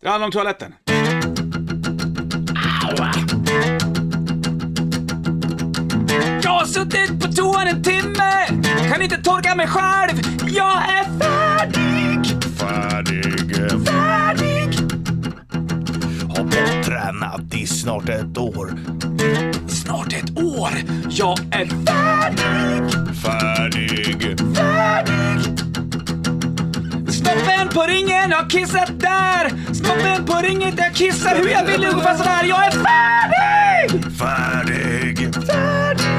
Det handlar om toaletten. Jag har suttit på toan en timme, kan inte torka mig själv. Jag är färdig, Färdig. färdig. Har bott tränat i snart ett år. Snart ett år, jag är färdig, Färdig. färdig. Snoppen på ringen har kissat där. Snoppen på ringen, jag kissar hur jag vill ungefär sådär. Jag är färdig, Färdig. färdig.